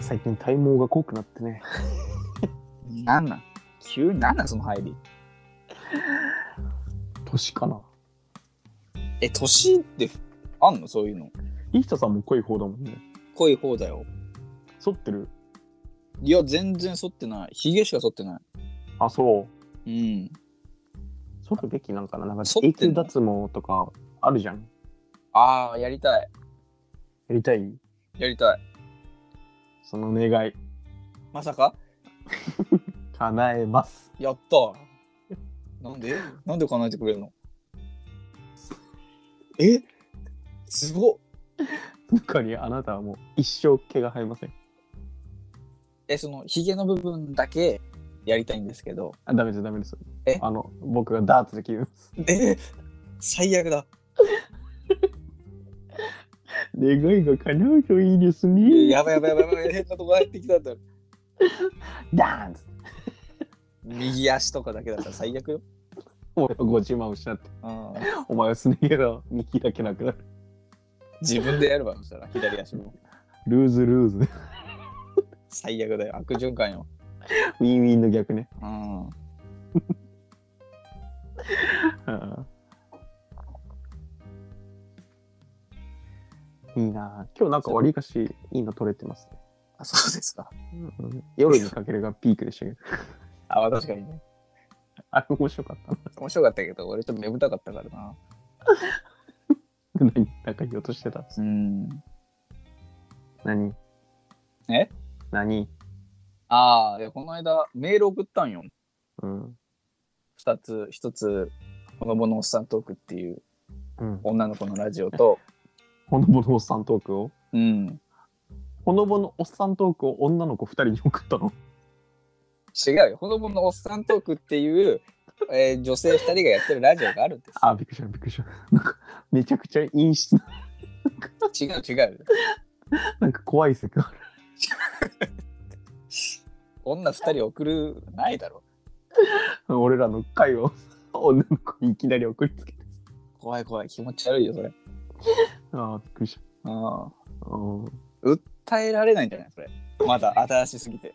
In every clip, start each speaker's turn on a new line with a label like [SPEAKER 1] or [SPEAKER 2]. [SPEAKER 1] 最近体毛が濃くなってね。
[SPEAKER 2] なんなん急になんなんその入り。
[SPEAKER 1] 年かな。
[SPEAKER 2] え、年ってあんのそういうの。
[SPEAKER 1] イースタさんも濃い方だもんね。
[SPEAKER 2] 濃い方だよ。
[SPEAKER 1] 剃ってる。
[SPEAKER 2] いや、全然剃ってない。ヒゲしか剃ってな
[SPEAKER 1] あ、そう。
[SPEAKER 2] い。うん。
[SPEAKER 1] 剃るべきなんかな。なんか
[SPEAKER 2] 剃ってん
[SPEAKER 1] 永
[SPEAKER 2] の
[SPEAKER 1] 久脱毛とかあるじゃん。
[SPEAKER 2] ああ、やりたい。
[SPEAKER 1] やりたい
[SPEAKER 2] やりたい。
[SPEAKER 1] その願い、
[SPEAKER 2] まさか
[SPEAKER 1] 叶えます。
[SPEAKER 2] やった。なんでなんで叶えてくれるのえすごっ
[SPEAKER 1] つかにあなたはもう一生毛が生えません。
[SPEAKER 2] え、そのヒゲの部分だけやりたいんですけど。
[SPEAKER 1] あ、ダメです、ダメです。
[SPEAKER 2] え
[SPEAKER 1] あの、僕がダーツで切るんです。
[SPEAKER 2] え最悪だ。
[SPEAKER 1] 願いが叶うといいですね。
[SPEAKER 2] やばいやばいやばいやばい。変なとこ入ってきたんだ。
[SPEAKER 1] ダーツ
[SPEAKER 2] 右足とかだけだったら最悪よ。
[SPEAKER 1] お前はご自慢をしちゃって、
[SPEAKER 2] うん
[SPEAKER 1] お前はすね毛が右だけ なくなる。
[SPEAKER 2] 自分でやればそしたら左足も
[SPEAKER 1] ルーズルーズ。ウ
[SPEAKER 2] 最悪だよ悪循環よ、
[SPEAKER 1] ィンウィンの逆ね。
[SPEAKER 2] うん、
[SPEAKER 1] うんいいなぁ今日なんかわりかしいいの撮れてますね。
[SPEAKER 2] あそうですか
[SPEAKER 1] うん夜にかけるがピークでしたけど、
[SPEAKER 2] あまあ確かにね
[SPEAKER 1] あれ面白かったな。
[SPEAKER 2] 面白かったけど俺ちょっと眠たかったからな
[SPEAKER 1] 何なんか言おうとしてた。
[SPEAKER 2] うん
[SPEAKER 1] 何
[SPEAKER 2] え
[SPEAKER 1] 何
[SPEAKER 2] ああいやこの間メール送ったんよ
[SPEAKER 1] うん。
[SPEAKER 2] 2つ1つほのぼのおっさんトークっていう
[SPEAKER 1] うん、
[SPEAKER 2] 女の子のラジオと
[SPEAKER 1] ほのぼのおっさんトークを
[SPEAKER 2] うん
[SPEAKER 1] ほのぼのおっさんトークを女の子2人に送ったの
[SPEAKER 2] 違うよほのぼのおっさんトークっていう、えー女性2人がやってるラジオがあるんです
[SPEAKER 1] あ、びっくりした、びっくりした。なんかめちゃくちゃ陰湿な、
[SPEAKER 2] 違う違う
[SPEAKER 1] なんか怖い世界。
[SPEAKER 2] 女2人送るないだろ
[SPEAKER 1] 俺らの会を女の子にいきなり送りつけて。
[SPEAKER 2] 怖い怖い気持ち悪いよそれ
[SPEAKER 1] あー、びっくりした。
[SPEAKER 2] ああ
[SPEAKER 1] うん
[SPEAKER 2] 耐えられないんじゃないそれまだ新しす ぎて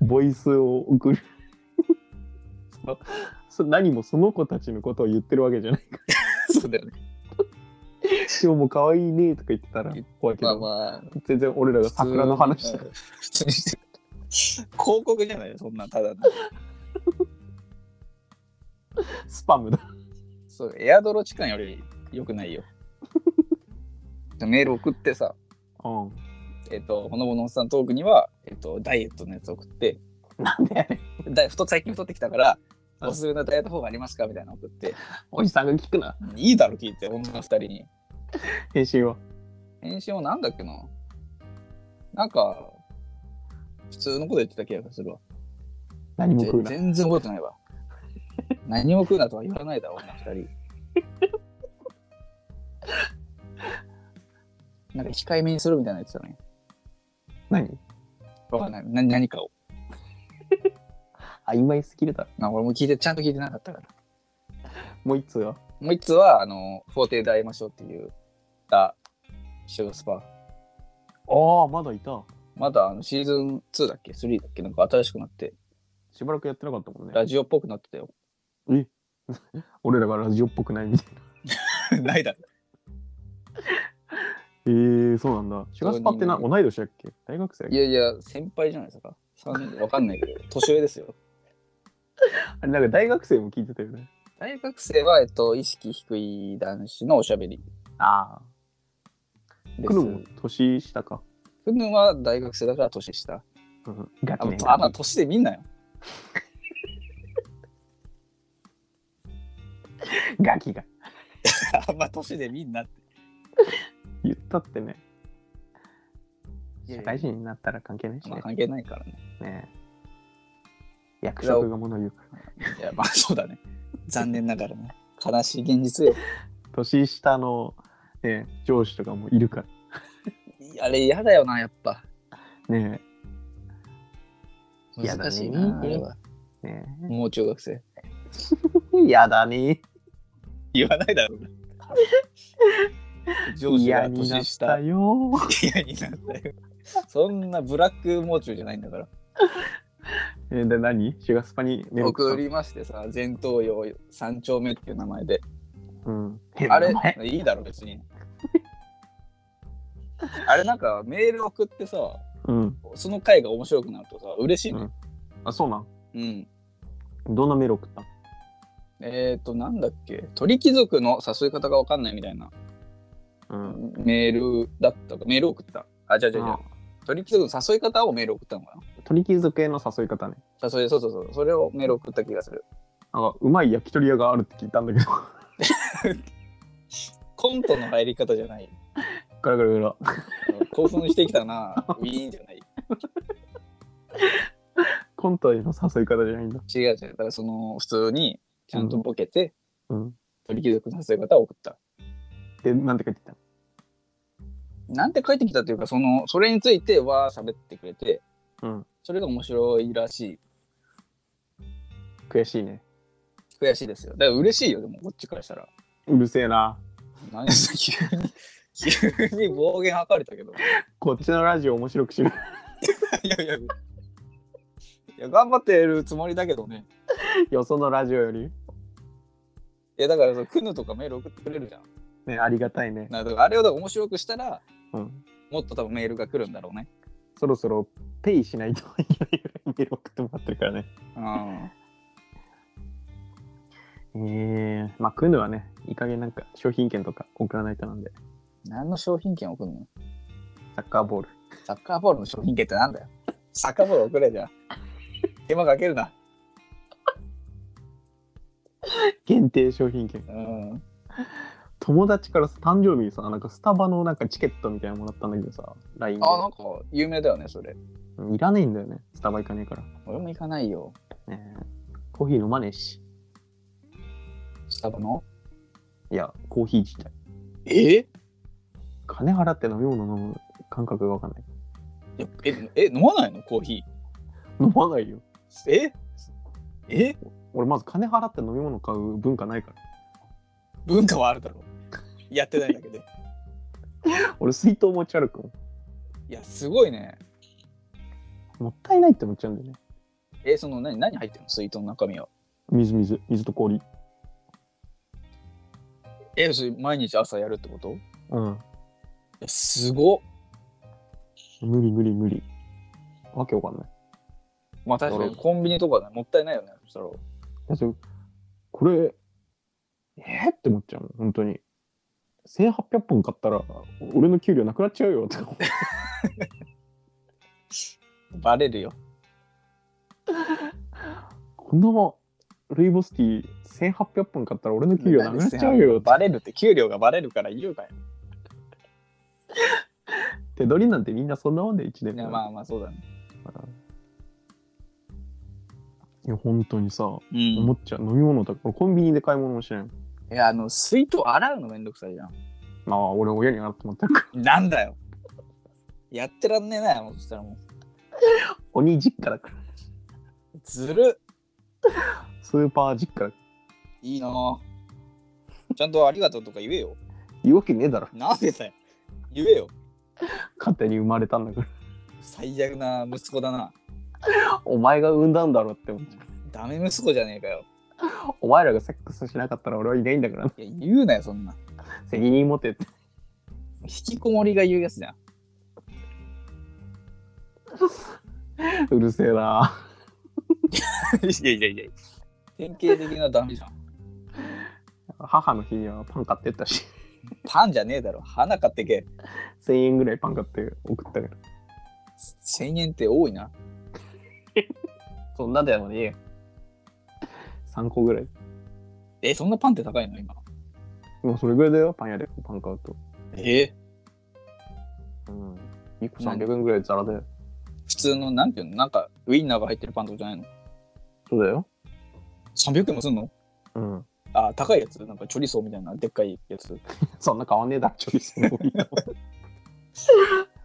[SPEAKER 1] ボイスを送る そのそ何もその子たちのことを言ってるわけじゃ ないから
[SPEAKER 2] そうだよね
[SPEAKER 1] 「今日も可愛いね」とか言ってたら怖いけ
[SPEAKER 2] ま
[SPEAKER 1] ど、
[SPEAKER 2] あまあ
[SPEAKER 1] 全然俺らが桜の話だ
[SPEAKER 2] 普通にしてる広告じゃないよそんなんただの
[SPEAKER 1] スパムだ
[SPEAKER 2] そうエアドロ時間より良くないよ メール送ってさ
[SPEAKER 1] うん
[SPEAKER 2] えっ、とほのぼのおっさんトークには、えっとダイエットのやつ送って
[SPEAKER 1] なんでやねん
[SPEAKER 2] だい太最近太ってきたから
[SPEAKER 1] うん
[SPEAKER 2] おすすめのダイエット方法ありますかみたいなの送って
[SPEAKER 1] おじさんが聞くない
[SPEAKER 2] いだろ聞いて女二人に
[SPEAKER 1] 返信は
[SPEAKER 2] 返信はなんだっけななんか普通のこと言ってた気がするわ
[SPEAKER 1] 何も食うな
[SPEAKER 2] 全然覚えてないわ何も食うなとは言わないだろうな2人なんか控えめにするみたいなやつだね
[SPEAKER 1] 何
[SPEAKER 2] わかんない何何かを
[SPEAKER 1] 曖昧すぎるだろ
[SPEAKER 2] な俺も聞いてちゃんと聞いてなかったから
[SPEAKER 1] もう一通は
[SPEAKER 2] もう一つはあの「法廷で会いましょう」っていうたシュースパ
[SPEAKER 1] ああまだいた
[SPEAKER 2] まだあのシーズン2だっけ3だっけなんか新しくなって
[SPEAKER 1] しばらくやってなかったもんね
[SPEAKER 2] ラジオっぽくなってたよ
[SPEAKER 1] 俺らがラジオっぽくないみたいな
[SPEAKER 2] ないだろ
[SPEAKER 1] えー、そうなんだシュガスパってな
[SPEAKER 2] そう
[SPEAKER 1] 同い年だっけ大学生
[SPEAKER 2] いやいや先輩じゃないですか三わかんないけど年上ですよ
[SPEAKER 1] あれなんか大学生も聞いてたよね
[SPEAKER 2] 大学生は、えっと、意識低い男子のおしゃべり
[SPEAKER 1] あ
[SPEAKER 2] で
[SPEAKER 1] あ
[SPEAKER 2] す。
[SPEAKER 1] くるも年下か
[SPEAKER 2] くぬは大学生だから年下。
[SPEAKER 1] うんガ
[SPEAKER 2] あ
[SPEAKER 1] キね
[SPEAKER 2] あんな年で見んなよ。
[SPEAKER 1] ガキが
[SPEAKER 2] あんま年で見んなって。
[SPEAKER 1] 言ったってね
[SPEAKER 2] い
[SPEAKER 1] 社
[SPEAKER 2] やいや
[SPEAKER 1] 会人になったら関係ないし
[SPEAKER 2] まあ
[SPEAKER 1] ね,、
[SPEAKER 2] 関係ないからね。
[SPEAKER 1] ね役職が物言うから
[SPEAKER 2] いや、まあそうだね。残念ながらね。悲しい現実よ。
[SPEAKER 1] 年下の、ね、上司とかもいるか
[SPEAKER 2] あれ嫌だよな、やっぱ。
[SPEAKER 1] らね嫌だね
[SPEAKER 2] 難しいな、あれは。
[SPEAKER 1] ね
[SPEAKER 2] もう中学生。
[SPEAKER 1] やだね
[SPEAKER 2] 言わないだ ろうな。上司
[SPEAKER 1] 嫌
[SPEAKER 2] が
[SPEAKER 1] になっ
[SPEAKER 2] 年
[SPEAKER 1] た
[SPEAKER 2] 下。
[SPEAKER 1] よ
[SPEAKER 2] 嫌になったよ。そんなブラックもう中じゃないんだから。
[SPEAKER 1] えーで何シガスパにメール
[SPEAKER 2] 送りましてさ、前頭葉三丁目っていう名前で。
[SPEAKER 1] うん、変な
[SPEAKER 2] あれ
[SPEAKER 1] 名前、
[SPEAKER 2] いいだろ、別に。 あれ、なんかメール送ってさ、
[SPEAKER 1] うん、
[SPEAKER 2] その回が面白くなるとさ、嬉しいね。
[SPEAKER 1] あそうなん
[SPEAKER 2] うん。
[SPEAKER 1] どんなメール送ったん
[SPEAKER 2] えっ、ー、と、なんだっけ、鳥貴族の誘い方がわかんないみたいな
[SPEAKER 1] うん、
[SPEAKER 2] メールだったか、メール送った。あ、違う違う違う
[SPEAKER 1] あ。
[SPEAKER 2] 鳥貴族の誘い方をメール送ったのか
[SPEAKER 1] 鳥貴族への誘い方ね
[SPEAKER 2] な誘い、そうそうそう、それをメール送った気がする。
[SPEAKER 1] なんかうまい焼き鳥屋があるって聞いたんだけど
[SPEAKER 2] コントの入り方じゃない。
[SPEAKER 1] ガラガラガラ
[SPEAKER 2] 興奮してきた な、ウィーンじゃない。
[SPEAKER 1] コントへの誘い方じゃないんだ
[SPEAKER 2] 違う違う、だからその、普通にちゃんとボケて、
[SPEAKER 1] うん
[SPEAKER 2] 鳥貴族の誘い方を送った。
[SPEAKER 1] でなんて書いてきたの
[SPEAKER 2] なんて書いてきたというか、その、それについては喋ってくれて、
[SPEAKER 1] うん
[SPEAKER 2] それが面白いらし
[SPEAKER 1] 悔しいね
[SPEAKER 2] い。悔しいですよ。だから嬉しいよ、でも、こっちからしたら。
[SPEAKER 1] うるせえな
[SPEAKER 2] 何ですか急 に、急に暴言吐かれたけど。
[SPEAKER 1] こっちのラジオ面白くしろ
[SPEAKER 2] いやいや、いや、頑張ってるつもりだけどね。
[SPEAKER 1] よそのラジオより
[SPEAKER 2] いや、だからその、クヌとかメール送ってくれるじゃん。
[SPEAKER 1] ねありがたいね、
[SPEAKER 2] なだからあれをだから面白くしたら、
[SPEAKER 1] うん、
[SPEAKER 2] もっと多分メールが来るんだろうね。
[SPEAKER 1] そろそろペイしないといけないぐらいメール送ってもらってるからね
[SPEAKER 2] うん。
[SPEAKER 1] えー、まあクヌはねいい加減なんか商品券とか送らないとなんで
[SPEAKER 2] 何の商品券送るの
[SPEAKER 1] サッカーボール
[SPEAKER 2] サッカーボールの商品券ってなんだよ。サッカーボール送れじゃん。手間かけるな。
[SPEAKER 1] 限定商品券
[SPEAKER 2] うん。
[SPEAKER 1] 友達からさ誕生日にさなんかスタバのなんかチケットみたいなのもらったんだけどさ LINE で
[SPEAKER 2] あ、なんか有名だよね、それ。
[SPEAKER 1] うんいらねえんだよねスタバ行かねえから、
[SPEAKER 2] 俺も行かないよ。
[SPEAKER 1] ねえコーヒー飲まねえし
[SPEAKER 2] スタバの
[SPEAKER 1] いやコーヒー自体
[SPEAKER 2] え
[SPEAKER 1] 金払って飲み物飲む感覚がわかんない
[SPEAKER 2] ええ、飲まないのコーヒ
[SPEAKER 1] 飲まないよ
[SPEAKER 2] ー。ええ
[SPEAKER 1] 俺まず金払って飲み物買う文化ないから
[SPEAKER 2] 文化はあるだろ。やってないだけで。
[SPEAKER 1] 俺水筒持ち歩くもん
[SPEAKER 2] いや、すごいね。
[SPEAKER 1] もったいないって思っちゃうんだよね
[SPEAKER 2] え、その何、何入ってんの水筒の中身は。
[SPEAKER 1] 水水水と氷
[SPEAKER 2] え、それ毎日朝やるってこと
[SPEAKER 1] うん
[SPEAKER 2] えすごっ。
[SPEAKER 1] 無理無理無理わけわかんない
[SPEAKER 2] まあ確かにコンビニとかね、もったいないよね。そしたら。
[SPEAKER 1] だってこれえー、って思っちゃうもん本当に1800本買ったら俺の給料なくなっちゃうよ って思う
[SPEAKER 2] バレるよ。
[SPEAKER 1] このルイボスティー1800本買ったら俺の給料なくなっちゃうよって
[SPEAKER 2] バレるって、給料がバレるから言うかよ。
[SPEAKER 1] 手取りなんてみんなそんなもんで1年
[SPEAKER 2] いやまあまあそうだね。
[SPEAKER 1] いや本当にさ
[SPEAKER 2] うん。
[SPEAKER 1] 思っちゃう飲み物とか俺コンビニで買い物もしないもん
[SPEAKER 2] いや、あの、水筒洗うのめんどくさいじゃん。
[SPEAKER 1] まあ俺親に洗ってもらってるから
[SPEAKER 2] なんだよ。やってらんねえなよ、もうそしたらも
[SPEAKER 1] 鬼実家だから
[SPEAKER 2] う。ずるっ
[SPEAKER 1] スーパー実家だから
[SPEAKER 2] いいなぁちゃんとありがとうとか言えよ。
[SPEAKER 1] 言うわけねえだろ
[SPEAKER 2] なんでだよ。言えよ。
[SPEAKER 1] 勝手に生まれたんだから
[SPEAKER 2] 最悪な息子だな。
[SPEAKER 1] お前が産んだんだろって思っちゃ
[SPEAKER 2] ダメ息子じゃねえかよ。
[SPEAKER 1] うお前らがセックスしなかったら俺はいないんだから
[SPEAKER 2] いや、言うなよ、そんな。
[SPEAKER 1] 責任持てって
[SPEAKER 2] 引きこもりが言うやつじゃん。
[SPEAKER 1] うるせえない
[SPEAKER 2] やいやいや典型的なダメじゃん。
[SPEAKER 1] 母の日にはパン買ってったし
[SPEAKER 2] パンじゃねえだろ。花買ってけ。
[SPEAKER 1] 1000円ぐらいパン買って送ったけど
[SPEAKER 2] 1000円って多いな。
[SPEAKER 1] そんなでもねえよ3個ぐらい
[SPEAKER 2] え、そんなパンって高いの今。
[SPEAKER 1] もうそれぐらいだよパン屋でパン買うと
[SPEAKER 2] え
[SPEAKER 1] うん1個300円ぐらいザラだよ
[SPEAKER 2] 普通の、なんていうのなんか、ウインナーが入ってるパンとかじゃないの
[SPEAKER 1] そうだよ
[SPEAKER 2] ?300 円もすんの
[SPEAKER 1] うん
[SPEAKER 2] あ、高いやつなんかチョリソーみたいな、でっかいやつ。
[SPEAKER 1] そんな変わんねえだろちょいその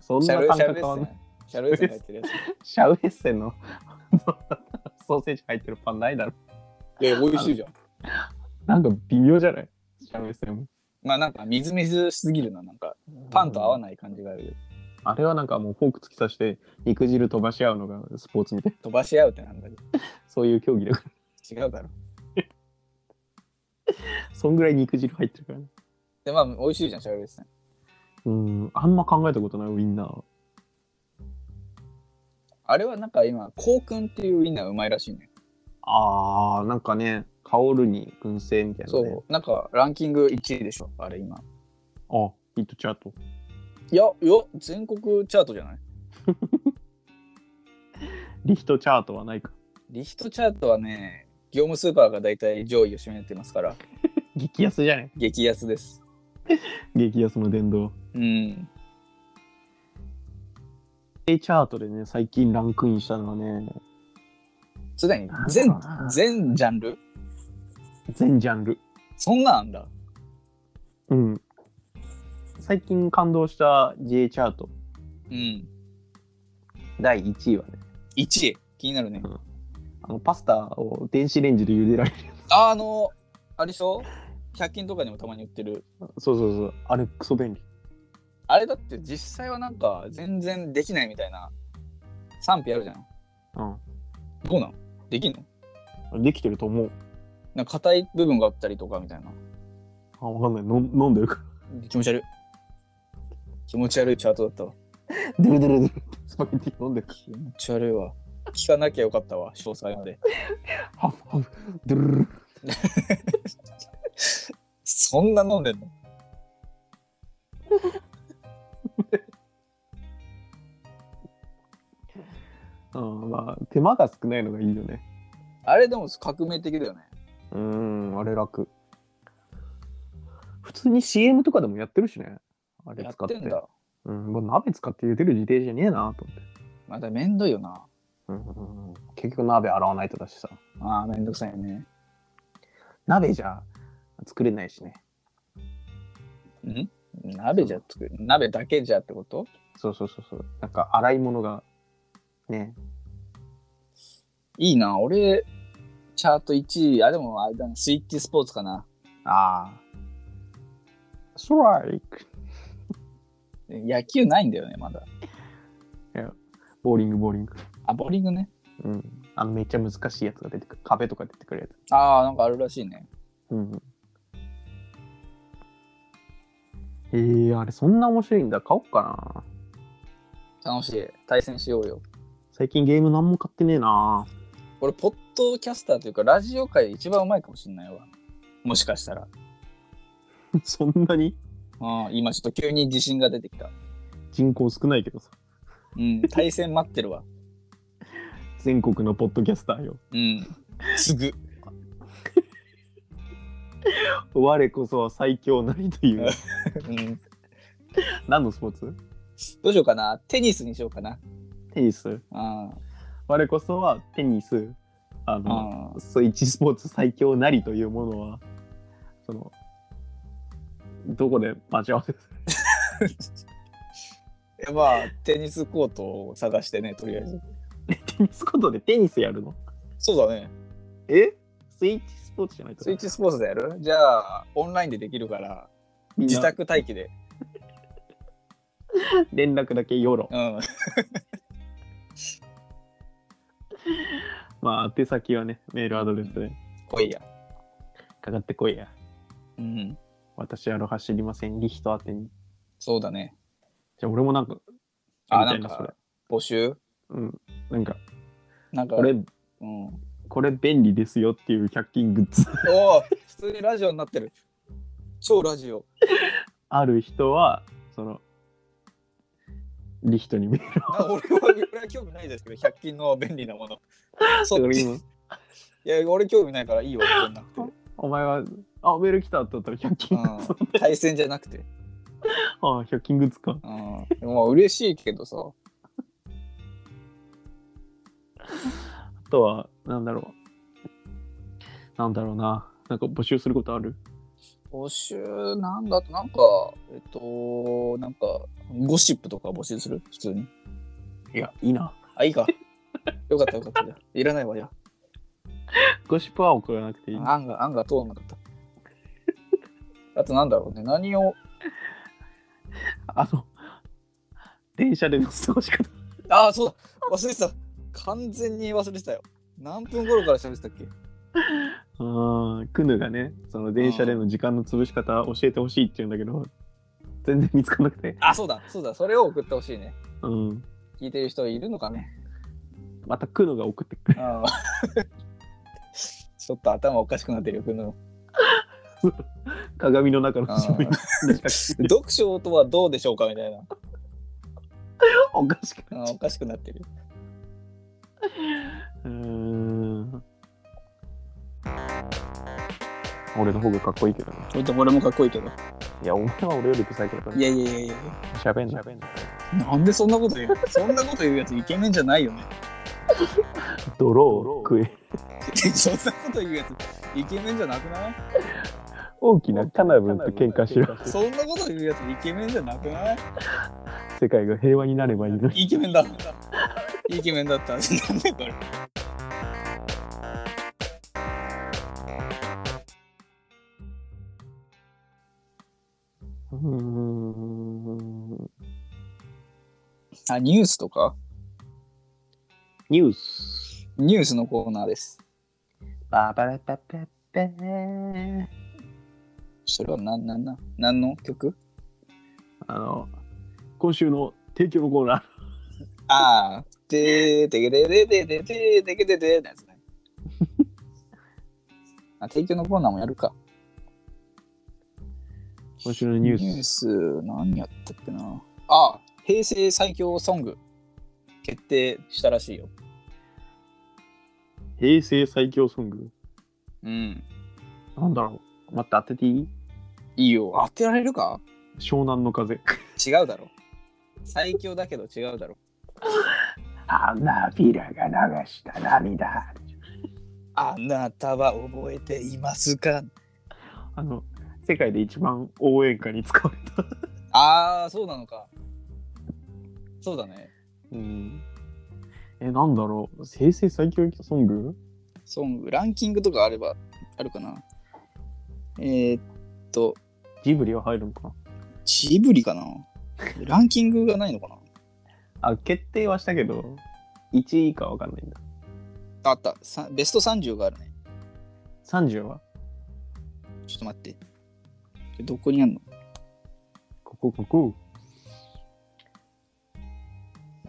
[SPEAKER 1] そん
[SPEAKER 2] シャル
[SPEAKER 1] な
[SPEAKER 2] シ
[SPEAKER 1] 感覚
[SPEAKER 2] ャルエ
[SPEAKER 1] 変わん
[SPEAKER 2] ッ
[SPEAKER 1] ない
[SPEAKER 2] セン。シャルエッセン入ってるやつ。
[SPEAKER 1] シャウエッセンの ソーセージ入ってるパンないだろ
[SPEAKER 2] いや、美味しいじゃん。
[SPEAKER 1] なんか微妙じゃないシャウエッセンも
[SPEAKER 2] まあなんかみずみずしすぎるな、なんか。パンと合わない感じがある。
[SPEAKER 1] あれはなんかもうフォーク突き刺して肉汁飛ばし合うのがスポーツみたいな
[SPEAKER 2] 飛ばし合うってなんだけ
[SPEAKER 1] そういう競技だか
[SPEAKER 2] ど違うだろ
[SPEAKER 1] らそんぐらい肉汁入ってるからね
[SPEAKER 2] でまあ美味しいじゃんシャウエッセン
[SPEAKER 1] うんあんま考えたことないウインナー
[SPEAKER 2] あれはなんか今香薫っていうウインナーうまいらしいね
[SPEAKER 1] あーなんかね香るに燻製みたいな、ね、
[SPEAKER 2] そうなんかランキング1位でしょあれ今
[SPEAKER 1] あヒットチャート
[SPEAKER 2] いやいや全国チャートじゃない
[SPEAKER 1] リヒトチャートはないか
[SPEAKER 2] リヒトチャートはね業務スーパーが大体上位を占めてますから
[SPEAKER 1] 激安じゃない
[SPEAKER 2] 激安です
[SPEAKER 1] 激安の殿堂
[SPEAKER 2] うん
[SPEAKER 1] チャートでね最近ランクインしたのはね
[SPEAKER 2] すでに
[SPEAKER 1] なんだろ
[SPEAKER 2] 全
[SPEAKER 1] うな
[SPEAKER 2] 全ジャンル
[SPEAKER 1] 全ジャンル
[SPEAKER 2] そんなんあんだ
[SPEAKER 1] うん最近感動した J チャート
[SPEAKER 2] うん
[SPEAKER 1] 第1位はね
[SPEAKER 2] 1位気になるね
[SPEAKER 1] あのパスタを電子レンジで茹でられるや
[SPEAKER 2] ああのあれでしょ100均とかにもたまに売ってる
[SPEAKER 1] つそうそうそうあれクソ便利
[SPEAKER 2] あれだって実際はなんか全然できないみたいな賛否あるじゃんどうなんできんの
[SPEAKER 1] うんできてると思う
[SPEAKER 2] なんか硬い部分があったりとかみたいな
[SPEAKER 1] あわかんないの飲んでるか
[SPEAKER 2] 気持ち悪い気持ち悪いチャートだったわ
[SPEAKER 1] らドゥルドゥルドゥルスパゲティ飲んでるか
[SPEAKER 2] 気持ち悪いわ聞かなきゃよかったわ詳細まで
[SPEAKER 1] らハフハフドゥルルル
[SPEAKER 2] そんな飲んでんの
[SPEAKER 1] うんまあ手間が少ないのがいいよね
[SPEAKER 2] あれでも革命的だよね
[SPEAKER 1] うーんあれ楽普通に CM とかでもやってるしねあれ
[SPEAKER 2] や
[SPEAKER 1] 使
[SPEAKER 2] っ
[SPEAKER 1] って
[SPEAKER 2] てんだ
[SPEAKER 1] うん、もう鍋使って茹でる自転じゃねえなと思って、
[SPEAKER 2] まためんどいよな
[SPEAKER 1] うんうん、結局鍋洗わないとだしさ
[SPEAKER 2] ああめんどくさいよね
[SPEAKER 1] 鍋じゃ作れないしね
[SPEAKER 2] ん鍋じゃ作る鍋だけじゃってこと
[SPEAKER 1] そうそうそうそうなんか洗い物がね
[SPEAKER 2] いいな俺チャート1位あでもあれだなスイッチスポーツかな
[SPEAKER 1] ああストライク
[SPEAKER 2] 野球ないんだよねまだ
[SPEAKER 1] ボーリングボーリング
[SPEAKER 2] あボーリングね
[SPEAKER 1] うんあのめっちゃ難しいやつが出てくる壁とか出てくるやつ
[SPEAKER 2] ああなんかあるらしいね
[SPEAKER 1] うんえー、あれそんな面白いんだ買おっかな
[SPEAKER 2] 楽しい対戦しようよ
[SPEAKER 1] 最近ゲーム何も買ってねえな
[SPEAKER 2] 俺ポッドキャスターというかラジオ界で一番うまいかもしんないわもしかしたら、
[SPEAKER 1] そんなに
[SPEAKER 2] うん、今ちょっと急に自信が出てきた
[SPEAKER 1] 人口少ないけどさ
[SPEAKER 2] うん対戦待ってるわ
[SPEAKER 1] 全国のポッドキャスターよ
[SPEAKER 2] うんすぐ
[SPEAKER 1] 我こそは最強なりという
[SPEAKER 2] うん
[SPEAKER 1] 何のスポーツ
[SPEAKER 2] どうしようかなテニスにしようかな
[SPEAKER 1] テニス
[SPEAKER 2] あ
[SPEAKER 1] 我こそはテニスあ
[SPEAKER 2] あ
[SPEAKER 1] の、
[SPEAKER 2] あ
[SPEAKER 1] スイッチスポーツ最強なりというものはそのどこで待ち合わせする
[SPEAKER 2] あまあテニスコートを探してねとりあえず
[SPEAKER 1] テニスコートでテニスやるの
[SPEAKER 2] そうだね
[SPEAKER 1] えスイッチスポーツじゃないと
[SPEAKER 2] スイッチスポーツでやるじゃあオンラインでできるから
[SPEAKER 1] みんな
[SPEAKER 2] 自宅待機で
[SPEAKER 1] 連絡だけよろ
[SPEAKER 2] うん
[SPEAKER 1] まあ宛先はねメールアドレスで
[SPEAKER 2] 来いや
[SPEAKER 1] かかってこいや
[SPEAKER 2] うん
[SPEAKER 1] 私はロハ知りませんリヒト宛てに
[SPEAKER 2] そうだね
[SPEAKER 1] じゃあ俺もなんか
[SPEAKER 2] あ
[SPEAKER 1] みたい
[SPEAKER 2] なんか
[SPEAKER 1] それ
[SPEAKER 2] 募集
[SPEAKER 1] うんなんか
[SPEAKER 2] なんか
[SPEAKER 1] これ
[SPEAKER 2] うん
[SPEAKER 1] これ便利ですよっていう100均グッズ
[SPEAKER 2] おお普通にラジオになってる超ラジオ
[SPEAKER 1] ある人はそのリヒトにメール
[SPEAKER 2] あ俺は俺は興味ないですけど100均の便利なものそっちい
[SPEAKER 1] 今
[SPEAKER 2] や俺興味ないからいいわそんなく
[SPEAKER 1] お前はあメール来たってなったら100均グッズ、
[SPEAKER 2] て対戦じゃなくて
[SPEAKER 1] あ100均グッズか
[SPEAKER 2] うんまあ嬉しいけどさ
[SPEAKER 1] あとはなんだろうなんだろうななんか募集することある
[SPEAKER 2] 募集なんだとなんかえっとなんかゴシップとか募集する普通に
[SPEAKER 1] いやいいな
[SPEAKER 2] あいいかよかったよかったじゃあいらないわよ
[SPEAKER 1] ゴシップは送らなくていい
[SPEAKER 2] 案が案が通らなかったあとなんだろうね何を
[SPEAKER 1] あの電車での過ごし方。
[SPEAKER 2] ああ、そうだ。忘れてた。完全に忘れてたよ。何分頃から喋ってたっけ
[SPEAKER 1] ああ、クヌがね、その電車での時間の潰し方教えてほしいって言うんだけど、全然見つかんなくて。
[SPEAKER 2] あ、そうだ。そうだ。それを送ってほしいね。
[SPEAKER 1] うん。
[SPEAKER 2] 聞いてる人いるのかね。
[SPEAKER 1] またクヌが送ってくる。
[SPEAKER 2] うんちょっと頭おかしくなってるよ、くの。
[SPEAKER 1] 鏡の中の自 分に話しかけてる。
[SPEAKER 2] 読書とはどうでしょうかみたいな。
[SPEAKER 1] おかしく
[SPEAKER 2] う
[SPEAKER 1] なんっちゃ
[SPEAKER 2] おかしくなってる。
[SPEAKER 1] う。うーん。俺の方がかっこいいけどね。
[SPEAKER 2] ちょっと俺もかっこいいけど。
[SPEAKER 1] いや、お前は俺よりブサイクだから
[SPEAKER 2] い。やいやいやいや。
[SPEAKER 1] 喋んな。喋んな。
[SPEAKER 2] なんでそんなこと言うのそんなこと言うやつイケメンじゃないよね。
[SPEAKER 1] 泥を食え。
[SPEAKER 2] そんなこと言うやつイケメンじゃなくない
[SPEAKER 1] 大きなカナブンと喧嘩しよう。
[SPEAKER 2] そんなこと言うやつイケメンじゃなくない
[SPEAKER 1] 世界が平和になればいいのに。
[SPEAKER 2] イケメンだ。イケメンだった。なんでこれ。
[SPEAKER 1] うーん。
[SPEAKER 2] あ、ニュースとか
[SPEAKER 1] ニュース。
[SPEAKER 2] ニュースのコーナーです。
[SPEAKER 1] ババラパパパー
[SPEAKER 2] それは何、なんなん何の曲
[SPEAKER 1] あの、今週の提供のコーナ
[SPEAKER 2] ああ、てーてけててててててけててのやつね。あ、提供のコーナーもやるか。
[SPEAKER 1] ー。今週のニュース。
[SPEAKER 2] ニュース何やったっけなあ平成最強ソング決定したらしいよ
[SPEAKER 1] 平成最強ソング。
[SPEAKER 2] うん
[SPEAKER 1] なんだろう。待って、当てていい
[SPEAKER 2] いいよ当てられるか
[SPEAKER 1] 湘南の風。
[SPEAKER 2] 違うだろ最強だけど違うだろ
[SPEAKER 1] 花びらが流した涙。
[SPEAKER 2] あなたは覚えていますか
[SPEAKER 1] あの、世界で一番応援歌に使われた。
[SPEAKER 2] ああそうなのかそうだね
[SPEAKER 1] うん。え、なんだろう。平成最強ソング
[SPEAKER 2] ソングランキングとかあればあるかなえー、っと
[SPEAKER 1] ジブリは入るのかな
[SPEAKER 2] ジブリかなランキングがないのかな
[SPEAKER 1] あ、決定はしたけど、1位以下わかんないんだ。
[SPEAKER 2] ああったさベスト30があるね
[SPEAKER 1] 30は
[SPEAKER 2] ちょっと待ってどこにあるの
[SPEAKER 1] ここ、ここ。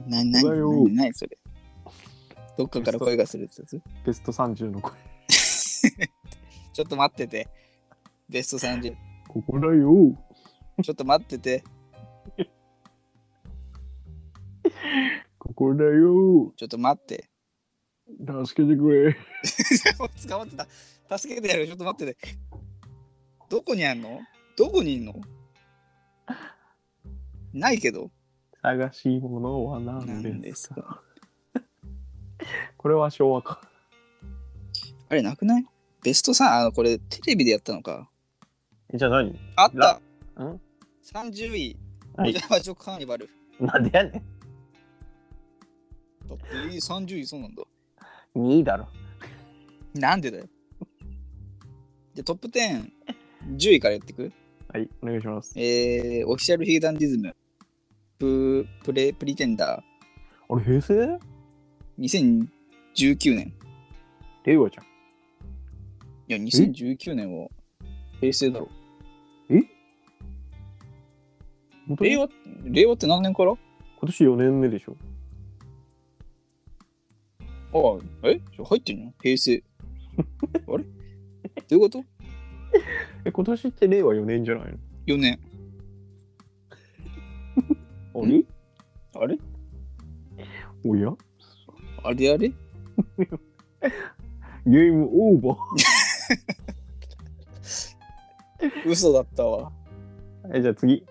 [SPEAKER 2] な、な、
[SPEAKER 1] だよ
[SPEAKER 2] な、な、それ。どっかから声がするってやつ
[SPEAKER 1] ベスト30の声。
[SPEAKER 2] ちょっと待ってて。ベスト30。
[SPEAKER 1] ここだよ。
[SPEAKER 2] ちょっと待ってて。
[SPEAKER 1] ここだよ。
[SPEAKER 2] ちょっと待って。
[SPEAKER 1] 助けてくれ。
[SPEAKER 2] 捕まってた。助けてやるよ。ちょっと待ってて。どこにあんのどこにいんのないけど。
[SPEAKER 1] 探し物は
[SPEAKER 2] なん
[SPEAKER 1] 何
[SPEAKER 2] で
[SPEAKER 1] ですす
[SPEAKER 2] か
[SPEAKER 1] かこれは昭和か。
[SPEAKER 2] あれ、なくないベスト3、あの、これテレビでやったのか。
[SPEAKER 1] えじゃあ 何
[SPEAKER 2] あった
[SPEAKER 1] ん
[SPEAKER 2] !30 位、お
[SPEAKER 1] はい
[SPEAKER 2] じゃまじょカーニバル。
[SPEAKER 1] なんでやね
[SPEAKER 2] だって、えー30位そうなんだ。
[SPEAKER 1] ん。2位だろ。
[SPEAKER 2] なんでだよ。で、トップ10、10位からやっていく
[SPEAKER 1] はい、お願いします。
[SPEAKER 2] えー、オフィシャルヒゲダンディズム、ププレプリテンダ
[SPEAKER 1] あれ、平成
[SPEAKER 2] ー、2019年。
[SPEAKER 1] 令和じゃん。
[SPEAKER 2] いや、2019年は平成だろ。
[SPEAKER 1] 本当に
[SPEAKER 2] 令和令和って何年からあ
[SPEAKER 1] 今年4年目でしょ。
[SPEAKER 2] あ、え入ってんの平成。あれどういうこと
[SPEAKER 1] え、今年って令和4年じゃない
[SPEAKER 2] ?4 年。
[SPEAKER 1] のあれ
[SPEAKER 2] あれ
[SPEAKER 1] おや
[SPEAKER 2] あれあれ
[SPEAKER 1] ゲームオーバ
[SPEAKER 2] 嘘だったわ。
[SPEAKER 1] ー。え、じゃあ次。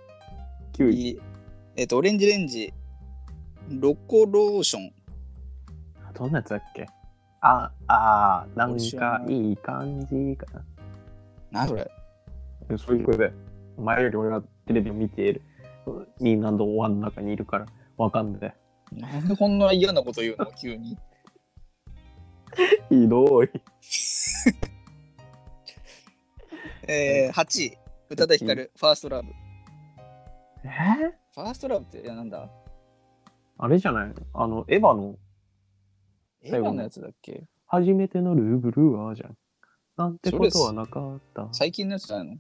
[SPEAKER 1] 9位。
[SPEAKER 2] いいえっ、と、オレンジレンジ、ロコローション。
[SPEAKER 1] どんなやつだっけあ、あー、なんかいい感じかな。
[SPEAKER 2] なそれ。
[SPEAKER 1] でそういうことで、前より俺はテレビを見ている。みんなの輪の中にいるから、わかんない。
[SPEAKER 2] なんでこんな嫌なこと言うの急に。
[SPEAKER 1] ひどい。
[SPEAKER 2] えー、8位、宇多田ヒカル、ファーストラブ。
[SPEAKER 1] え
[SPEAKER 2] ファーストラブっていやなんだ
[SPEAKER 1] あれじゃないあの、エヴァの
[SPEAKER 2] エヴァのやつだっけ
[SPEAKER 1] 初めてのルーブルーアーじゃん。なんてことはなかった。
[SPEAKER 2] 最近のやつじゃないの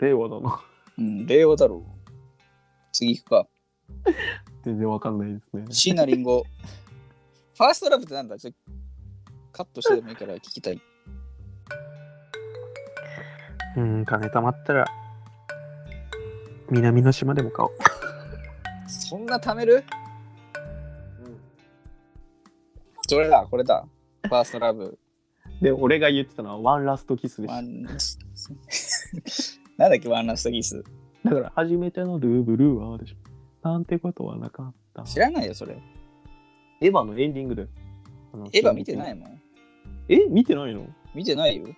[SPEAKER 1] 令和だな。
[SPEAKER 2] うん、令和だろう。次行くか。
[SPEAKER 1] 全然わかんないですね。
[SPEAKER 2] 椎名林檎。ファーストラブってなんだちょっとカットしてでもいいから聞きたい。
[SPEAKER 1] うん、金貯まったら、南の島でも買おう。
[SPEAKER 2] そんな貯めるどれだこれだ。ファーストラブ。
[SPEAKER 1] で、俺が言ってたのは、ワンラストキスでし
[SPEAKER 2] ワ
[SPEAKER 1] た。
[SPEAKER 2] ンなんだっけワンラストギス。
[SPEAKER 1] だから、初めてのルーブルーアーでしょ。なんてことはなかった。
[SPEAKER 2] 知らないよ、それ。
[SPEAKER 1] エヴァのエンディングだよ。
[SPEAKER 2] エヴァ見てないいもん。
[SPEAKER 1] え見てないの
[SPEAKER 2] 見てないよ。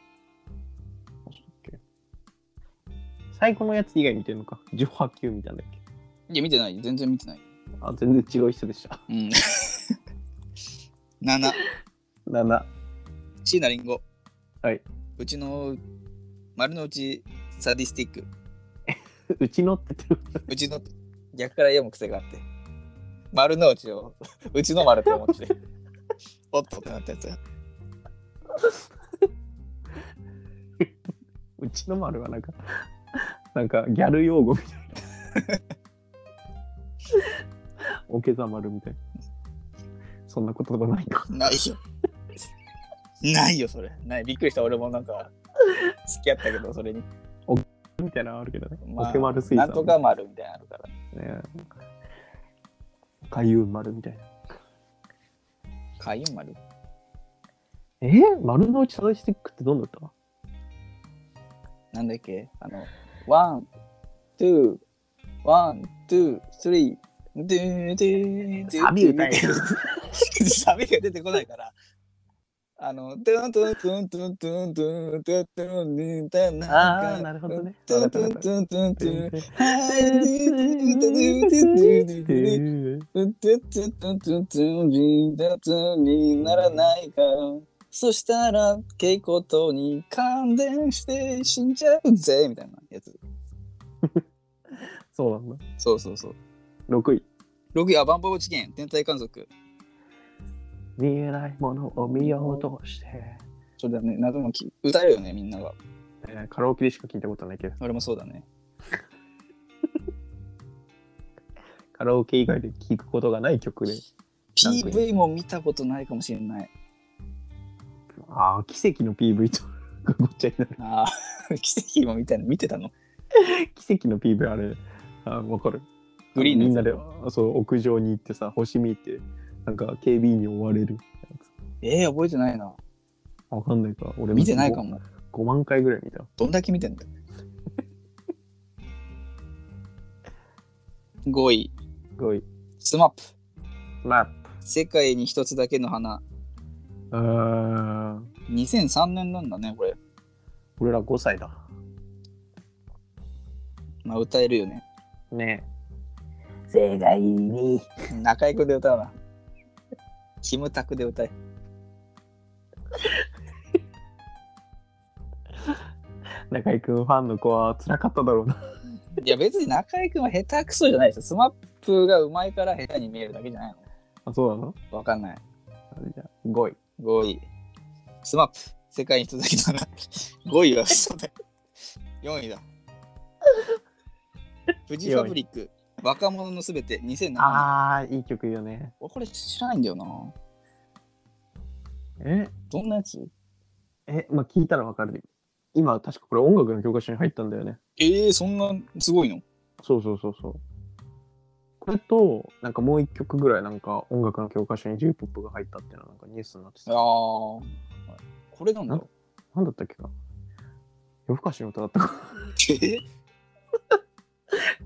[SPEAKER 1] 最高のやつ以外見てるのか。上波球見たんだっけ
[SPEAKER 2] いや、見てない。全然見てない。
[SPEAKER 1] あ、全然違う人でした。
[SPEAKER 2] うん。7、
[SPEAKER 1] 7。
[SPEAKER 2] 椎名林檎。
[SPEAKER 1] はい。
[SPEAKER 2] うちの丸の内サディスティック。
[SPEAKER 1] うちのって言ってる。
[SPEAKER 2] うちの逆から読む癖があって。丸の内を うちの丸と思って。おっとってなったやつが。
[SPEAKER 1] うちの丸はなんか、 なんかギャル用語みたいな。おけざ丸みたいな。そんな言葉ないか。
[SPEAKER 2] ないよ。ないよ、それ。ない。びっくりした。俺もなんか、付き合ったけど、それに。
[SPEAKER 1] みたいなのあるけどね。
[SPEAKER 2] まあ
[SPEAKER 1] おけ丸水産。
[SPEAKER 2] なんとか丸みたいなのあるから。
[SPEAKER 1] ね。海運丸みたいな。
[SPEAKER 2] 海運丸
[SPEAKER 1] え丸の内サディスティックってどんだった
[SPEAKER 2] なんだっけあの、ワン、ツー、ワン、ツー、スリー、ドゥードゥードゥー
[SPEAKER 1] サビ歌えよ
[SPEAKER 2] サビが出てこないから。あの、トゥントゥントゥントゥントゥントゥントゥントゥントゥントゥン
[SPEAKER 1] あーなるほどね
[SPEAKER 2] トゥントゥントゥントゥントゥントゥントゥントゥントゥントゥントゥントゥンにならないから。そしたら、稽古とに感電して死んじゃうぜみたいなやつ。
[SPEAKER 1] そうなんだ。
[SPEAKER 2] そうそうそう。
[SPEAKER 1] 6位。
[SPEAKER 2] 6位はバンバーチキン、天体観測。
[SPEAKER 1] 見えないものを見ようとして。
[SPEAKER 2] それだね、謎もき歌えるよね、みんなが。
[SPEAKER 1] えーカラオケでしか聞いたことないけど、
[SPEAKER 2] 俺もそうだね。
[SPEAKER 1] カラオケ以外で聞くことがない曲で。ランクイン
[SPEAKER 2] PV も見たことないかもしれない。
[SPEAKER 1] ああ、奇跡の PV とごっちゃになる。
[SPEAKER 2] ああ、奇跡も見たの、見てたの。
[SPEAKER 1] 奇跡の PV あれ、あーわかる。
[SPEAKER 2] グリーンの
[SPEAKER 1] み
[SPEAKER 2] や
[SPEAKER 1] ん
[SPEAKER 2] つ
[SPEAKER 1] なで、そう、屋上に行ってさ、星見て、なんか警備員に追われる。
[SPEAKER 2] えー、覚えてないな。
[SPEAKER 1] わかんないか。俺
[SPEAKER 2] 見てないか。も。
[SPEAKER 1] 5万回ぐらい見た。
[SPEAKER 2] どんだけ見てんだ ?5 位、
[SPEAKER 1] すごい。
[SPEAKER 2] スマップ。
[SPEAKER 1] まあ、
[SPEAKER 2] 世界に一つだけの花。
[SPEAKER 1] あー
[SPEAKER 2] 2003年なんだね、これ。
[SPEAKER 1] 俺ら5歳だ。
[SPEAKER 2] まあ、歌えるよね。
[SPEAKER 1] ねえ。世界に。
[SPEAKER 2] 中居君で歌うな。キムタクで歌え。
[SPEAKER 1] 中居くんファンの子は辛かっただろうな。
[SPEAKER 2] いや別に中居君は下手くそじゃないですよ。スマップがうまいから下手に見えるだけじゃない
[SPEAKER 1] あ、そうなの
[SPEAKER 2] のわかんない。
[SPEAKER 1] あれじゃあ5位。
[SPEAKER 2] 5位。スマップ、世界に一つだけ だな。5位は嘘だよ。4位だ。フジファブリック、若者のすべて2007年。
[SPEAKER 1] あー、いい曲よね。
[SPEAKER 2] 俺これ知らないんだよな。
[SPEAKER 1] え
[SPEAKER 2] どんなやつ
[SPEAKER 1] え、まあ、聞いたらわかる。今、確かこれ音楽の教科書に入ったんだよね。
[SPEAKER 2] えー、そんなすごいの
[SPEAKER 1] そうそうそうそう。これと、なんかもう一曲ぐらい、なんか音楽の教科書に J-POP が入ったっていうのはなんかニュースになって
[SPEAKER 2] ああ
[SPEAKER 1] た。。
[SPEAKER 2] これなんだろう。
[SPEAKER 1] なんだったっけな夜更かしの歌だったか。
[SPEAKER 2] えー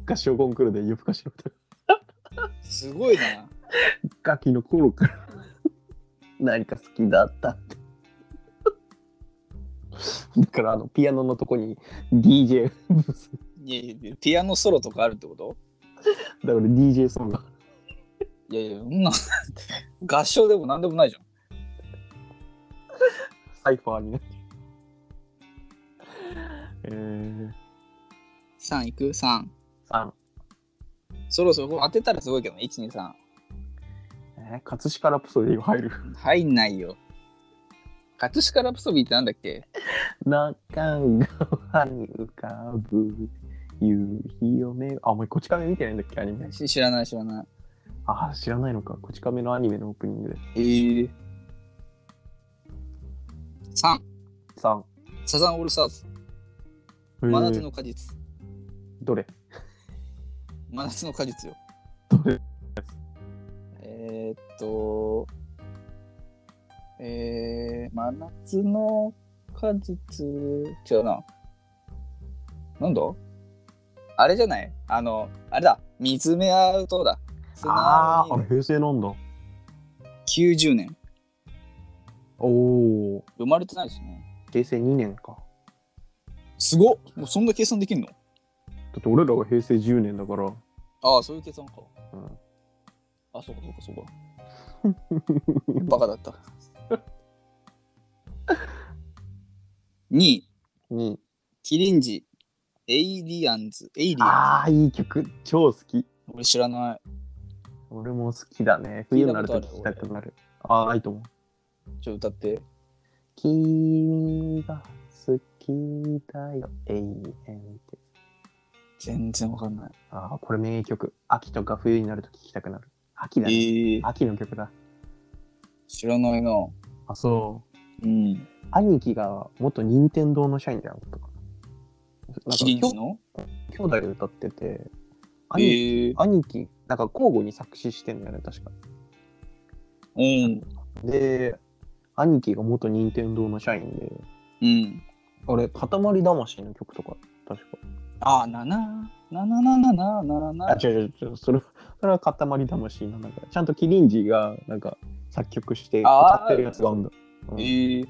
[SPEAKER 1] 合唱コンクールで夜更かしの歌
[SPEAKER 2] すごいな。
[SPEAKER 1] ガキの頃から 何か好きだった って。だからあのピアノのとこに DJ ブース
[SPEAKER 2] いやいやピアノソロとかあるってこと
[SPEAKER 1] だから DJ ソング
[SPEAKER 2] いやいや、そんな合唱でも何でもないじゃん。
[SPEAKER 1] サイファーになってる。えー、
[SPEAKER 2] 3いく ?3。
[SPEAKER 1] 3
[SPEAKER 2] そろそろこれ当てたらすごいけどね。1、2、3。
[SPEAKER 1] えー、葛飾ラプソディが入る。
[SPEAKER 2] 入んないよ。葛飾ラプソディってなんだっけ
[SPEAKER 1] 中川に浮かぶ夕日をめあ、もうこち亀見てないんだっけ、アニメ。
[SPEAKER 2] し知らない知らない。
[SPEAKER 1] あー、知らないのか。こち亀のアニメのオープニングで。
[SPEAKER 2] えー。3、
[SPEAKER 1] 3。
[SPEAKER 2] サザンオールスターズ、
[SPEAKER 1] えー
[SPEAKER 2] 真夏の果実。
[SPEAKER 1] どれ
[SPEAKER 2] 真夏の果実よ。
[SPEAKER 1] どれ
[SPEAKER 2] えー、っと、えー、真夏の果実、違うな。なんだあれじゃないあの、あれだ。見つめ合うとだ。つな
[SPEAKER 1] あー
[SPEAKER 2] が
[SPEAKER 1] あ、平成なんだ。
[SPEAKER 2] り90年。
[SPEAKER 1] おお、
[SPEAKER 2] 生まれてないですね。
[SPEAKER 1] 平成2年か。
[SPEAKER 2] すごっもうそんな計算できんの
[SPEAKER 1] だって俺らが平成10年だから。
[SPEAKER 2] ああ、そういう計算か。
[SPEAKER 1] うん
[SPEAKER 2] あ、そうかそうかそうか。 バカだった。2位、
[SPEAKER 1] に
[SPEAKER 2] キリンジ、エイリアンズ。エイリアンズ。
[SPEAKER 1] ああ、いい曲。超好き。
[SPEAKER 2] 俺知らない。
[SPEAKER 1] 俺も好きだね。
[SPEAKER 2] 聞
[SPEAKER 1] 冬
[SPEAKER 2] い
[SPEAKER 1] に
[SPEAKER 2] た
[SPEAKER 1] な
[SPEAKER 2] こ
[SPEAKER 1] る
[SPEAKER 2] とあ
[SPEAKER 1] と
[SPEAKER 2] る
[SPEAKER 1] 聞きたくなる。ああ、ないと思う。
[SPEAKER 2] ちょっと歌って。
[SPEAKER 1] 君が好きだよ、永遠って。
[SPEAKER 2] 全然わかんない。
[SPEAKER 1] ああ、これ名曲。秋とか冬になると聞きたくなる。秋だね。
[SPEAKER 2] ええ
[SPEAKER 1] 秋の曲だ。
[SPEAKER 2] 知らないな。
[SPEAKER 1] あ、そう。
[SPEAKER 2] うん。
[SPEAKER 1] 兄貴が元任天堂の社員だよとか。なんか
[SPEAKER 2] キ
[SPEAKER 1] 兄
[SPEAKER 2] リンジの
[SPEAKER 1] 兄弟で歌ってて、兄貴
[SPEAKER 2] ええ
[SPEAKER 1] 兄貴、なんか交互に作詞してんだよね、確か。
[SPEAKER 2] うん。
[SPEAKER 1] で、兄貴が元任天堂の社員で、
[SPEAKER 2] うん。
[SPEAKER 1] あれ、塊魂の曲とか、確か。
[SPEAKER 2] ああ、なな、なななななな
[SPEAKER 1] あ、
[SPEAKER 2] な。
[SPEAKER 1] 違う違う違う、それそれは塊魂なんだから、ちゃんとキリンジがなんか作曲して
[SPEAKER 2] あ
[SPEAKER 1] 歌
[SPEAKER 2] ー
[SPEAKER 1] ってるやつがあるんだ。うん
[SPEAKER 2] ええ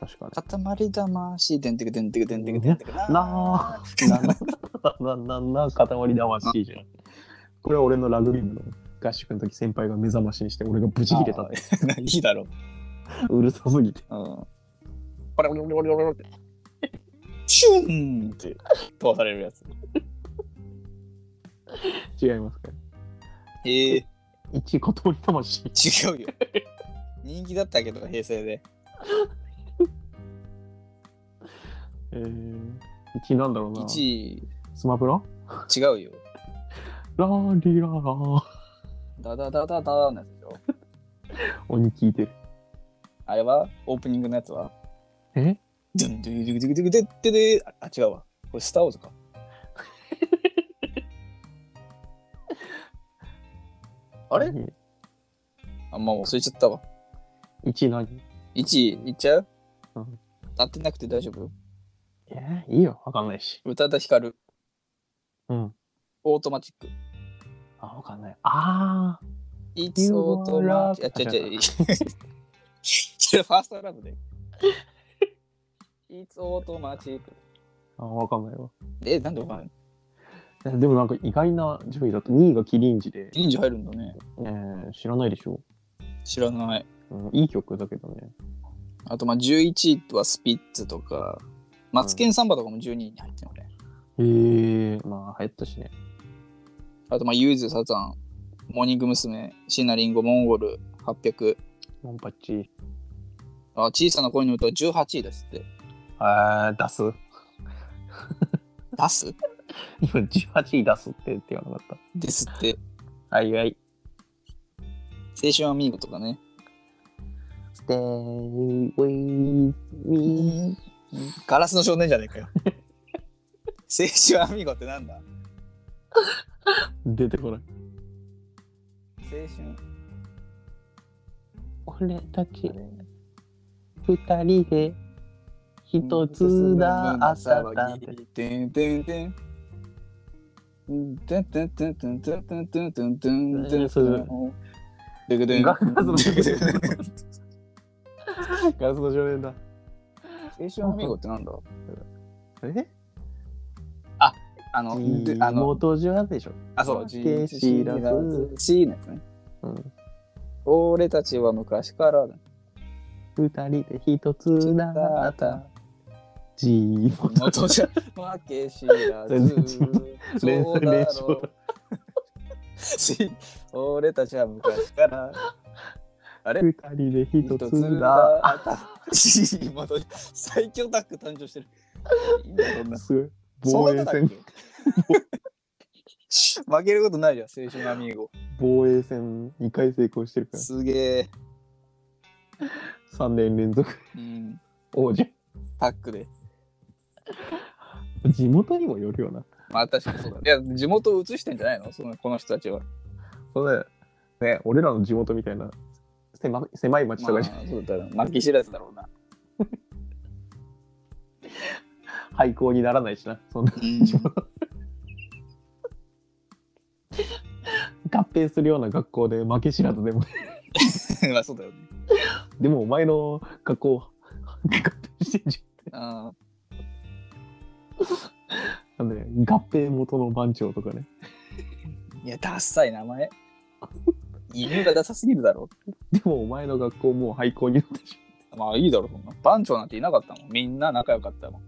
[SPEAKER 1] 確かね。
[SPEAKER 2] 塊魂、でんてくでんてくでんてくでんてく
[SPEAKER 1] なあ、
[SPEAKER 2] な。
[SPEAKER 1] ななななな塊魂じゃん。これは俺のラグビー部の合宿の時先輩が目覚ましにして俺がブチ切れたって
[SPEAKER 2] あーいいだろう。
[SPEAKER 1] うるさすぎて。
[SPEAKER 2] うん。パラパラパラパラパラって。シュンって飛ばされるやつ。
[SPEAKER 1] 違いますか
[SPEAKER 2] ええ
[SPEAKER 1] 一位塊魂。
[SPEAKER 2] 違うよ。人気だったけど、平成で。
[SPEAKER 1] えー、1位なんだろうな。
[SPEAKER 2] 1位、
[SPEAKER 1] スマブラ
[SPEAKER 2] 違うよ。
[SPEAKER 1] ラーリラー。
[SPEAKER 2] ダダダダダーのやつでしょ。
[SPEAKER 1] 鬼聞いてる。
[SPEAKER 2] あれはオープニングのやつは
[SPEAKER 1] え
[SPEAKER 2] ドゥンドゥドゥドゥドゥドゥドゥドゥああ違うわ。これスター・ウォーズか。あれあ、まあ忘れちゃったわ。
[SPEAKER 1] ?1 位何
[SPEAKER 2] 1位いっちゃう
[SPEAKER 1] うん
[SPEAKER 2] 当ってなくて大丈夫
[SPEAKER 1] えー、いいよ。わかんないし。
[SPEAKER 2] 宇多田ヒカル、
[SPEAKER 1] うん。
[SPEAKER 2] オートマチック。
[SPEAKER 1] あ、わかんない。あ
[SPEAKER 2] いつ
[SPEAKER 1] You
[SPEAKER 2] オートマチッ
[SPEAKER 1] are
[SPEAKER 2] ク。いや、違う違 う。それファーストラブで。いつオートマチック。
[SPEAKER 1] ーあ、わかんないわ。
[SPEAKER 2] え、なんでお前、
[SPEAKER 1] えでもなんか意外な順位だと2位がキリンジで、
[SPEAKER 2] 忍者入るんだね。
[SPEAKER 1] えー、知らないでしょ、
[SPEAKER 2] 知らない。
[SPEAKER 1] うん、いい曲だけどね。
[SPEAKER 2] あとまあ11位はスピッツとか、マツケンサンバとかも12位に入ってるね。
[SPEAKER 1] へえー、まあ流行ったしね。
[SPEAKER 2] あとまあユーズ、サザン、モーニング娘。シナリンゴ、モンゴル、800。
[SPEAKER 1] モンパッチ。
[SPEAKER 2] あ小さな恋の歌は18位ですって。
[SPEAKER 1] あー、出す。
[SPEAKER 2] 出す
[SPEAKER 1] 今18位出すって言って言わなかっ
[SPEAKER 2] ですって。
[SPEAKER 1] た。はいはい。
[SPEAKER 2] 青春アミーゴとかね。
[SPEAKER 1] Stay with me.
[SPEAKER 2] ガラスの少年じゃねえかよ。青春アミーゴってなんだ
[SPEAKER 1] 出てこない。
[SPEAKER 2] 青春。
[SPEAKER 1] 俺たち二人で一つだ朝だって。
[SPEAKER 2] てんてんてん。てんてんてんてんてんてんてんてんてんてん。でくでん。
[SPEAKER 1] ガラスの少年ガラスの少年だ。
[SPEAKER 2] 青春アミーゴってなんだ
[SPEAKER 1] え
[SPEAKER 2] あ
[SPEAKER 1] あ
[SPEAKER 2] の、であ
[SPEAKER 1] の、
[SPEAKER 2] の、
[SPEAKER 1] 元じゃでしょ。
[SPEAKER 2] あ、そう、
[SPEAKER 1] 負
[SPEAKER 2] 知
[SPEAKER 1] け知らず
[SPEAKER 2] 知のやつね。
[SPEAKER 1] うん
[SPEAKER 2] 俺たちは昔からだ。
[SPEAKER 1] 二人で一つだった。じーもと
[SPEAKER 2] 元じゃ、負け知らず
[SPEAKER 1] 全然違う。連
[SPEAKER 2] そう
[SPEAKER 1] 載
[SPEAKER 2] だ
[SPEAKER 1] 名
[SPEAKER 2] ろ
[SPEAKER 1] 称
[SPEAKER 2] う。し 俺たちは昔からあれ
[SPEAKER 1] 二人で一
[SPEAKER 2] 一
[SPEAKER 1] つ
[SPEAKER 2] つ
[SPEAKER 1] だ。
[SPEAKER 2] だいい戻り最強タッグ誕生してるいいんだよそんな
[SPEAKER 1] す
[SPEAKER 2] そ
[SPEAKER 1] 防
[SPEAKER 2] んな
[SPEAKER 1] 衛
[SPEAKER 2] だっ
[SPEAKER 1] 戦、
[SPEAKER 2] け 負けることないじゃん青春アミーゴ
[SPEAKER 1] 防衛戦2回成功してるから、
[SPEAKER 2] すげえ、
[SPEAKER 1] 3年連続
[SPEAKER 2] うん、
[SPEAKER 1] 王者。
[SPEAKER 2] タッグで
[SPEAKER 1] 地元にもよるよな。
[SPEAKER 2] まあ確かにそうだ、ね、いや地元を移してんじゃないのそのこの人たちは
[SPEAKER 1] それね、俺らの地元みたいな狭い狭い町と
[SPEAKER 2] ま
[SPEAKER 1] か
[SPEAKER 2] あ
[SPEAKER 1] じゃ、
[SPEAKER 2] そうだな負け知らずだろうな
[SPEAKER 1] 廃校にならないしな。そんな合併するような学校で負け知らずでも。
[SPEAKER 2] まあそうだよね。
[SPEAKER 1] でもお前の学校、合併してんじ
[SPEAKER 2] あ
[SPEAKER 1] ゃん。なんで、合併元の番長とかね。
[SPEAKER 2] ーいや、ダッサい 名前。犬がダサすぎるだろ。
[SPEAKER 1] でもお前の学校もう廃校になったし。
[SPEAKER 2] まあいいだろ、そんな。番長なんていなかったもん。みんな仲良かったもん。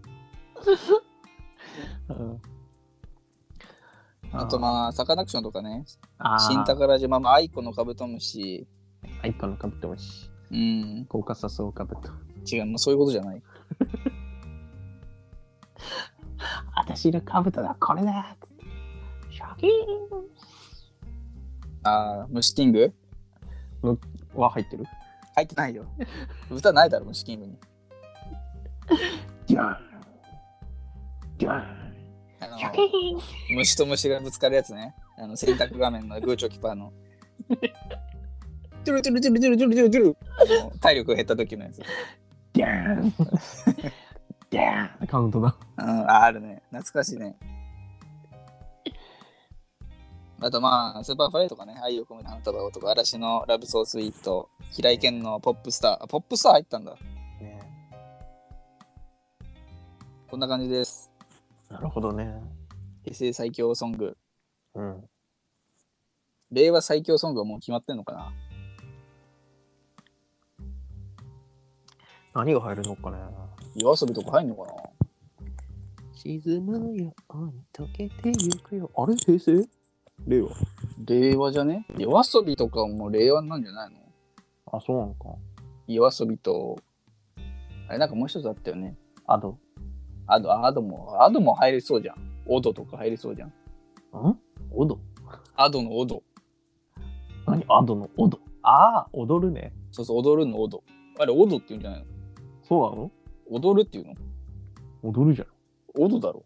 [SPEAKER 1] うん
[SPEAKER 2] あとまあ、サカナクションとかね、
[SPEAKER 1] あー
[SPEAKER 2] 新宝島、まあ、アイコのカブトムシ。
[SPEAKER 1] アイコンのカブトムシ、
[SPEAKER 2] うん、
[SPEAKER 1] コーカサスオオカブト。
[SPEAKER 2] 違う、もうそういうことじゃない。
[SPEAKER 1] 私のカブトだ、これだシャキー
[SPEAKER 2] ああ、虫キング
[SPEAKER 1] ンは入ってる
[SPEAKER 2] 入ってないよ。歌ないだろ、虫キングに。
[SPEAKER 1] ギャーンギャーン
[SPEAKER 2] あの
[SPEAKER 1] シャキーン
[SPEAKER 2] 虫と虫がぶつかるやつね。あの洗濯画面のグーチョキパ ーの。トゥルトゥルトゥルトゥルトゥルトゥルトゥルあの体力減った時のやつ。
[SPEAKER 1] ギャーンギャーンカウントだ。
[SPEAKER 2] うん、ああるね。懐かしいね。あとまあ、スーパーフライとかね、愛を込めた花束をとか、嵐のラブソースイート、平井堅のポップスター、あ、ポップスター入ったんだ。
[SPEAKER 1] ね、
[SPEAKER 2] こんな感じです。
[SPEAKER 1] なるほどね。
[SPEAKER 2] 平成最強ソング。
[SPEAKER 1] うん。
[SPEAKER 2] 令和最強ソングはもう決まってんのかな
[SPEAKER 1] 何が入るのかね。
[SPEAKER 2] 夜遊びとか入んのかな
[SPEAKER 1] 沈むように溶けてゆくよ。あれ平成令和。
[SPEAKER 2] 令和じゃね夜遊びとかも令和なんじゃないの
[SPEAKER 1] あ、そうなのか。
[SPEAKER 2] 夜遊びと、あれなんかもう一つあったよね。
[SPEAKER 1] あと、
[SPEAKER 2] アド、アドも、アドも入りそうじゃん。オドとか入りそうじゃん。
[SPEAKER 1] んオド
[SPEAKER 2] アドのオド。
[SPEAKER 1] 何アドのオド。ああ、踊るね。
[SPEAKER 2] そうそう、踊るのオド。あれ、オドって言うんじゃないの
[SPEAKER 1] そうなの
[SPEAKER 2] 踊るっていうの
[SPEAKER 1] 踊るじゃん。
[SPEAKER 2] オドだろ。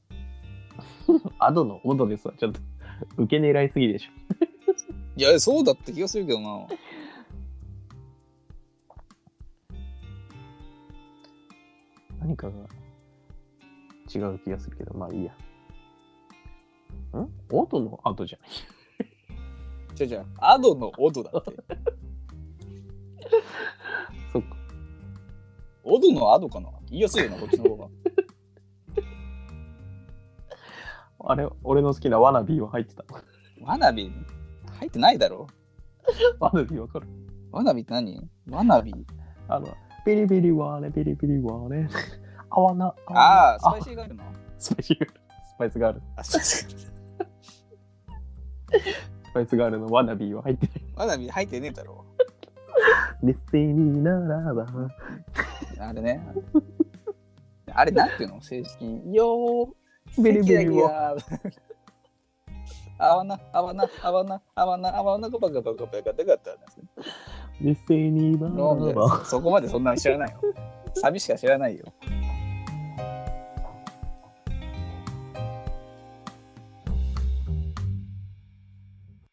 [SPEAKER 1] アドのオドですわ。ちょっと、受け狙いすぎでしょ。
[SPEAKER 2] いや、そうだって気がするけどな。
[SPEAKER 1] 何かが違う気がするけど、まあいいや。んオドのアドじゃない。
[SPEAKER 2] じゃじゃアドのオドだって。
[SPEAKER 1] そっか。
[SPEAKER 2] オドのアドかな言いやすいよな、こっちの方が。
[SPEAKER 1] あれ、俺の好きなワナビーは入ってた。
[SPEAKER 2] ワナビ入ってないだろ。
[SPEAKER 1] ワナビーわかる
[SPEAKER 2] ワナビって何ワナビ
[SPEAKER 1] あの、ビリビリワーネ、ビリビリワーネ。 あわな、
[SPEAKER 2] あ
[SPEAKER 1] わ
[SPEAKER 2] あ、スパ
[SPEAKER 1] な
[SPEAKER 2] イシーガールの。
[SPEAKER 1] スパイシーガール。スパイスガール。
[SPEAKER 2] あ、スパイシーガール
[SPEAKER 1] スパイスガールのワナビーは入って ない。
[SPEAKER 2] ワナビ入ってねえだろ。
[SPEAKER 1] デスティニーならば。
[SPEAKER 2] あれね。あれ、なんていうの正式に。よー、
[SPEAKER 1] ビリビリ
[SPEAKER 2] は。あわな、あわな、あわな、あわな、あわな、こばかばかばかばかったですね。
[SPEAKER 1] デスティニーな
[SPEAKER 2] 飲ん
[SPEAKER 1] らば。
[SPEAKER 2] でそこまでそんなの知らないよ。サビしか知らないよ。